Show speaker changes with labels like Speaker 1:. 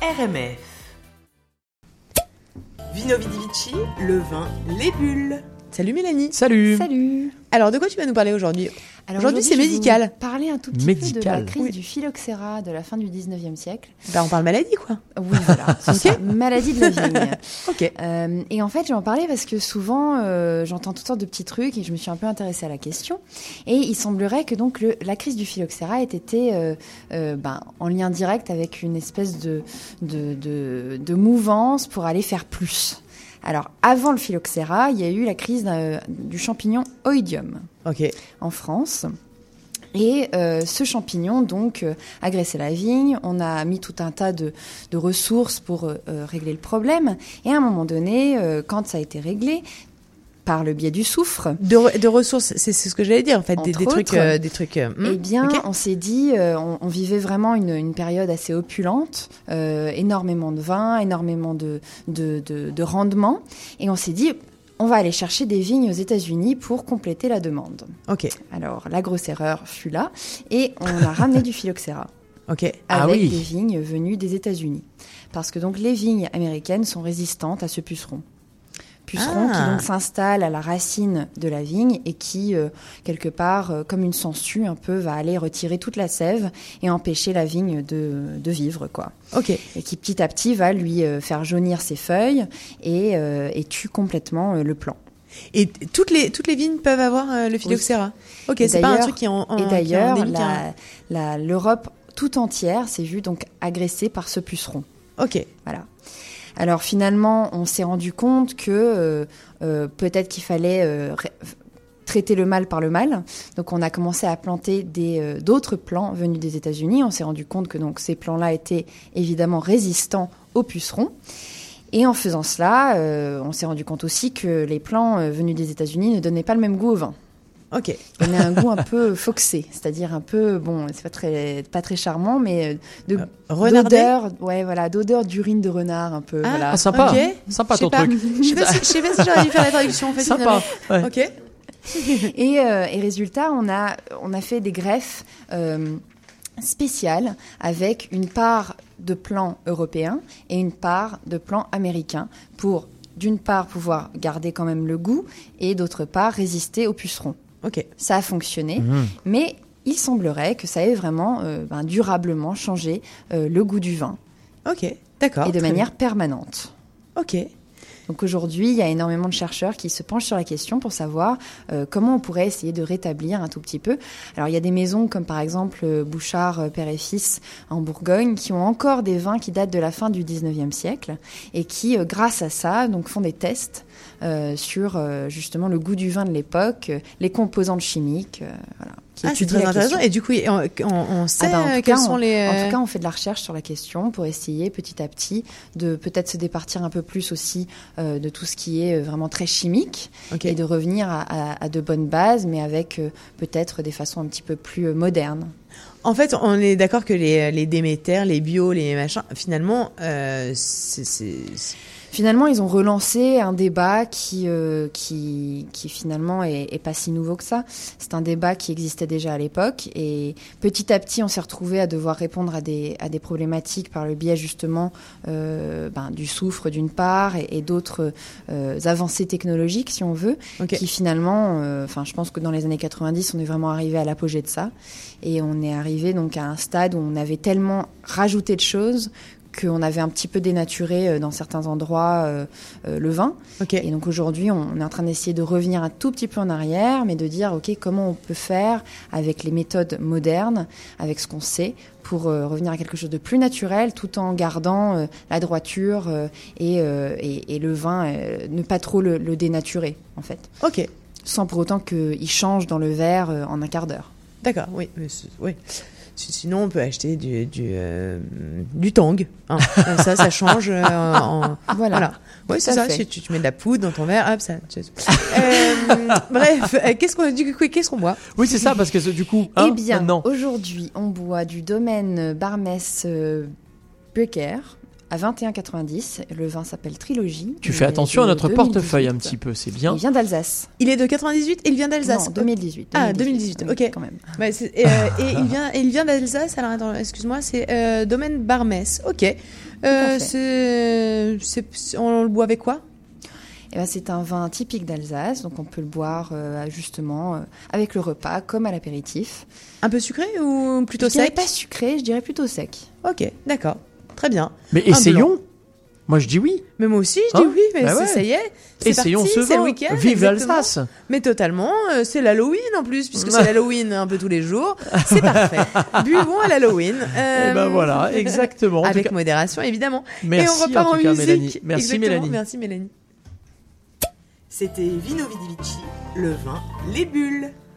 Speaker 1: RMF. Vino Vidivici, le vin, les bulles.
Speaker 2: Salut Mélanie.
Speaker 3: Salut.
Speaker 4: Salut.
Speaker 2: Alors de quoi tu vas nous parler aujourd'hui
Speaker 4: Alors
Speaker 2: Aujourd'hui, c'est
Speaker 4: je vais
Speaker 2: médical.
Speaker 4: vous Parler un tout petit peu de la
Speaker 3: Médical.
Speaker 4: crise
Speaker 2: Oui.
Speaker 4: du phylloxéra de la fin du 19e siècle.
Speaker 2: Bah on parle maladie quoi.
Speaker 4: Oui, voilà, c'est ça, maladie de la vigne.
Speaker 2: Ok.
Speaker 4: Euh, et en fait, j'en parlais parce que souvent, euh, j'entends toutes sortes de petits trucs et je me suis un peu intéressée à la question. Et il semblerait que donc le- la crise du phylloxéra ait été euh, euh, ben, en lien direct avec une espèce de, de, de- de mouvance pour aller faire plus. Alors, avant le phylloxéra, il y a eu la crise d'un- du champignon oïdium
Speaker 2: Ok.
Speaker 4: en France. Et euh, ce champignon, donc, euh, agressait la vigne. On a mis tout un tas de, de ressources pour euh, euh, régler le problème. Et à un moment donné, euh, quand ça a été réglé, par le biais du soufre,
Speaker 2: De, re- de ressources, c'est c'est ce que j'allais dire en fait, des,
Speaker 4: Entre
Speaker 2: des trucs,
Speaker 4: autres,
Speaker 2: euh, des trucs. euh, hmm,
Speaker 4: eh bien,
Speaker 2: ok.
Speaker 4: on s'est dit, euh, on, on vivait vraiment une, une période assez opulente, euh, énormément de vin, énormément de, de, de, de rendement. Et on s'est dit, on va aller chercher des vignes aux États-Unis pour compléter la demande.
Speaker 2: Ok.
Speaker 4: Alors, la grosse erreur fut là, et on a ramené du phylloxéra
Speaker 2: Ok.
Speaker 3: Ah
Speaker 4: avec
Speaker 3: oui.
Speaker 4: des vignes venues des États-Unis. Parce que donc les vignes américaines sont résistantes à ce puceron. Puceron
Speaker 2: Ah.
Speaker 4: qui donc s'installe à la racine de la vigne et qui, euh, quelque part, euh, comme une sangsue un peu, va aller retirer toute la sève et empêcher la vigne de, de vivre, quoi.
Speaker 2: Ok.
Speaker 4: Et qui petit à petit va lui euh, faire jaunir ses feuilles et, euh, et tue complètement euh, le plant.
Speaker 2: Et t- toutes les toutes les vignes peuvent avoir euh, le phylloxéra. Ok.
Speaker 4: Et
Speaker 2: C'est pas un
Speaker 4: d'ailleurs-
Speaker 2: truc qui est en, en- qui est
Speaker 4: Et
Speaker 2: en
Speaker 4: d'ailleurs,
Speaker 2: endémique, hein.
Speaker 4: la- la- l'Europe tout entière s'est vue donc agressée par ce puceron.
Speaker 2: Ok.
Speaker 4: Voilà. Alors finalement, on s'est rendu compte que euh, euh, peut-être qu'il fallait euh, ré- traiter le mal par le mal. Donc on a commencé à planter des, euh, d'autres plants venus des États-Unis. On s'est rendu compte que donc ces plants-là étaient évidemment résistants aux pucerons. Et en faisant cela, euh, on s'est rendu compte aussi que les plants euh, venus des États-Unis ne donnaient pas le même goût au vin.
Speaker 2: Ok.
Speaker 4: On a un goût un peu foxé, c'est-à-dire un peu bon, c'est pas très pas très charmant, mais euh, de
Speaker 2: Renardé.
Speaker 4: d'odeur, ouais voilà, d'odeur d'urine de renard un peu.
Speaker 2: Ah,
Speaker 4: voilà.
Speaker 3: Ah, sympa.
Speaker 2: Ok.
Speaker 3: Sympa
Speaker 2: Je sais
Speaker 3: ton
Speaker 2: pas.
Speaker 3: truc.
Speaker 2: Je sais pas si, je sais pas si j'aurais dû faire la traduction en fait.
Speaker 3: Sympa.
Speaker 2: finalement.
Speaker 3: Ouais.
Speaker 2: Ok.
Speaker 4: Et, euh, et résultat, on a on a fait des greffes euh, spéciales avec une part de plants européens et une part de plants américains pour d'une part pouvoir garder quand même le goût et d'autre part résister aux pucerons.
Speaker 2: Ok.
Speaker 4: Ça a fonctionné,
Speaker 2: Mhm.
Speaker 4: mais il semblerait que ça ait vraiment euh, ben, durablement changé euh, le goût du vin
Speaker 2: Ok. D'accord.
Speaker 4: et
Speaker 2: Ah,
Speaker 4: de
Speaker 2: très bien.
Speaker 4: manière permanente.
Speaker 2: Ok.
Speaker 4: Donc aujourd'hui, il y a énormément de chercheurs qui se penchent sur la question pour savoir euh, comment on pourrait essayer de rétablir un tout petit peu. Alors il y a des maisons comme par exemple euh, Bouchard euh, Père et Fils en Bourgogne qui ont encore des vins qui datent de la fin du 19e siècle et qui, euh, grâce à ça, donc font des tests euh, sur euh, justement le goût du vin de l'époque, euh, les composantes chimiques, euh, voilà. qui
Speaker 2: Ah, c'est
Speaker 4: étudient
Speaker 2: très
Speaker 4: la
Speaker 2: intéressant.
Speaker 4: question.
Speaker 2: Et du coup, on, on- on sait
Speaker 4: Ah bah, en tout
Speaker 2: euh,
Speaker 4: cas,
Speaker 2: quels
Speaker 4: on-
Speaker 2: sont les.
Speaker 4: En tout cas, on fait de la recherche sur la question pour essayer petit à petit de peut-être se départir un peu plus aussi euh, de tout ce qui est euh, vraiment très chimique
Speaker 2: euh, Ok.
Speaker 4: et de revenir à, à- à de bonnes bases, mais avec euh, peut-être des façons un petit peu plus euh, modernes.
Speaker 2: En fait, on est d'accord que les, les Déméter, les bio, les machins, finalement, euh, c'est. c'est- c'est-
Speaker 4: Finalement, ils ont relancé un débat qui, euh, qui, qui finalement est, est pas si nouveau que ça. C'est un débat qui existait déjà à l'époque et petit à petit, on s'est retrouvé à devoir répondre à des, à des problématiques par le biais justement euh, ben, du soufre d'une part et, et d'autres euh, avancées technologiques, si on veut,
Speaker 2: Ok.
Speaker 4: qui finalement, euh, enfin, je pense que dans les années 90, on est vraiment arrivé à l'apogée de ça et on est arrivé donc à un stade où on avait tellement rajouté de choses qu'on avait un petit peu dénaturé euh, dans certains endroits euh, euh, le vin.
Speaker 2: Ok.
Speaker 4: Et donc aujourd'hui, on est en train d'essayer de revenir un tout petit peu en arrière, mais de dire, OK, comment on peut faire avec les méthodes modernes, avec ce qu'on sait, pour euh, revenir à quelque chose de plus naturel, tout en gardant euh, la droiture euh, et, euh, et- et le vin, euh, ne pas trop le, le dénaturer, en fait,
Speaker 2: Ok.
Speaker 4: sans pour autant qu'il change dans le verre euh, en un quart d'heure.
Speaker 2: D'accord. Oui. mais c'est- oui. Si- Sinon, on peut acheter du du, euh, du Tang. hein. Comme ça, ça change. euh, en-
Speaker 4: Voilà.
Speaker 2: Voilà. Oui,
Speaker 4: Tout
Speaker 2: c'est
Speaker 4: à
Speaker 2: ça.
Speaker 4: fait.
Speaker 2: Tu, tu- tu mets de la poudre dans ton verre, hop, ça. tu- Euh, bref, euh, qu'est-ce qu'on du coup, qu'est-ce qu'on boit
Speaker 3: Oui, c'est ça, parce que c'est- du coup, hein,
Speaker 4: eh bien,
Speaker 3: maintenant.
Speaker 4: aujourd'hui, on boit du domaine Barmès euh, Becker à 21,90. Le vin s'appelle Trilogie.
Speaker 3: Tu
Speaker 4: Il
Speaker 3: fais
Speaker 2: euh,
Speaker 4: est
Speaker 3: attention à
Speaker 4: de
Speaker 3: notre
Speaker 4: 2018.
Speaker 3: portefeuille un petit peu, hein. c'est bien.
Speaker 4: Il vient d'Alsace.
Speaker 2: Il est de 98 et il vient d'Alsace.
Speaker 4: Non, 2018.
Speaker 2: Ah, 2018,
Speaker 4: oui,
Speaker 2: ok.
Speaker 4: Quand même.
Speaker 2: Ouais, c'est- et, euh, et il vient, et il vient d'Alsace. Alors attends, excuse-moi, c'est euh, domaine Barmès. Ok. Euh,
Speaker 4: fait.
Speaker 2: c'est- c'est- on le boit avec quoi
Speaker 4: Eh ben, c'est un vin typique d'Alsace, donc on peut le boire euh, justement euh, avec le repas comme à l'apéritif.
Speaker 2: Un peu sucré ou plutôt
Speaker 4: je dirais
Speaker 2: sec
Speaker 4: pas sucré, je dirais plutôt sec.
Speaker 2: Ok, d'accord, très bien.
Speaker 3: Mais
Speaker 2: blanc.
Speaker 3: essayons. Moi, je dis oui.
Speaker 2: Mais moi aussi, je dis
Speaker 3: Hein
Speaker 2: oui, mais
Speaker 3: Bah
Speaker 2: c'est-
Speaker 3: ouais.
Speaker 2: ça y est, c'est
Speaker 3: Essayons
Speaker 2: parti,
Speaker 3: ce
Speaker 2: c'est le
Speaker 3: vin.
Speaker 2: week-end.
Speaker 3: Vive
Speaker 2: exactement.
Speaker 3: l'Alsace.
Speaker 2: Mais totalement, euh, c'est l'Halloween en plus, puisque c'est l'Halloween un peu tous les jours. C'est parfait. Buvons à l'Halloween. Euh,
Speaker 3: Eh ben voilà, exactement. En tout
Speaker 2: Avec
Speaker 3: cas,
Speaker 2: modération, évidemment.
Speaker 3: merci
Speaker 2: Et on repart
Speaker 3: en tout
Speaker 2: en
Speaker 3: cas,
Speaker 2: musique.
Speaker 3: Mélanie. Merci
Speaker 2: Exactement,
Speaker 3: Mélanie.
Speaker 2: Merci Mélanie.
Speaker 1: C'était Vino Vidivici, le vin, les bulles.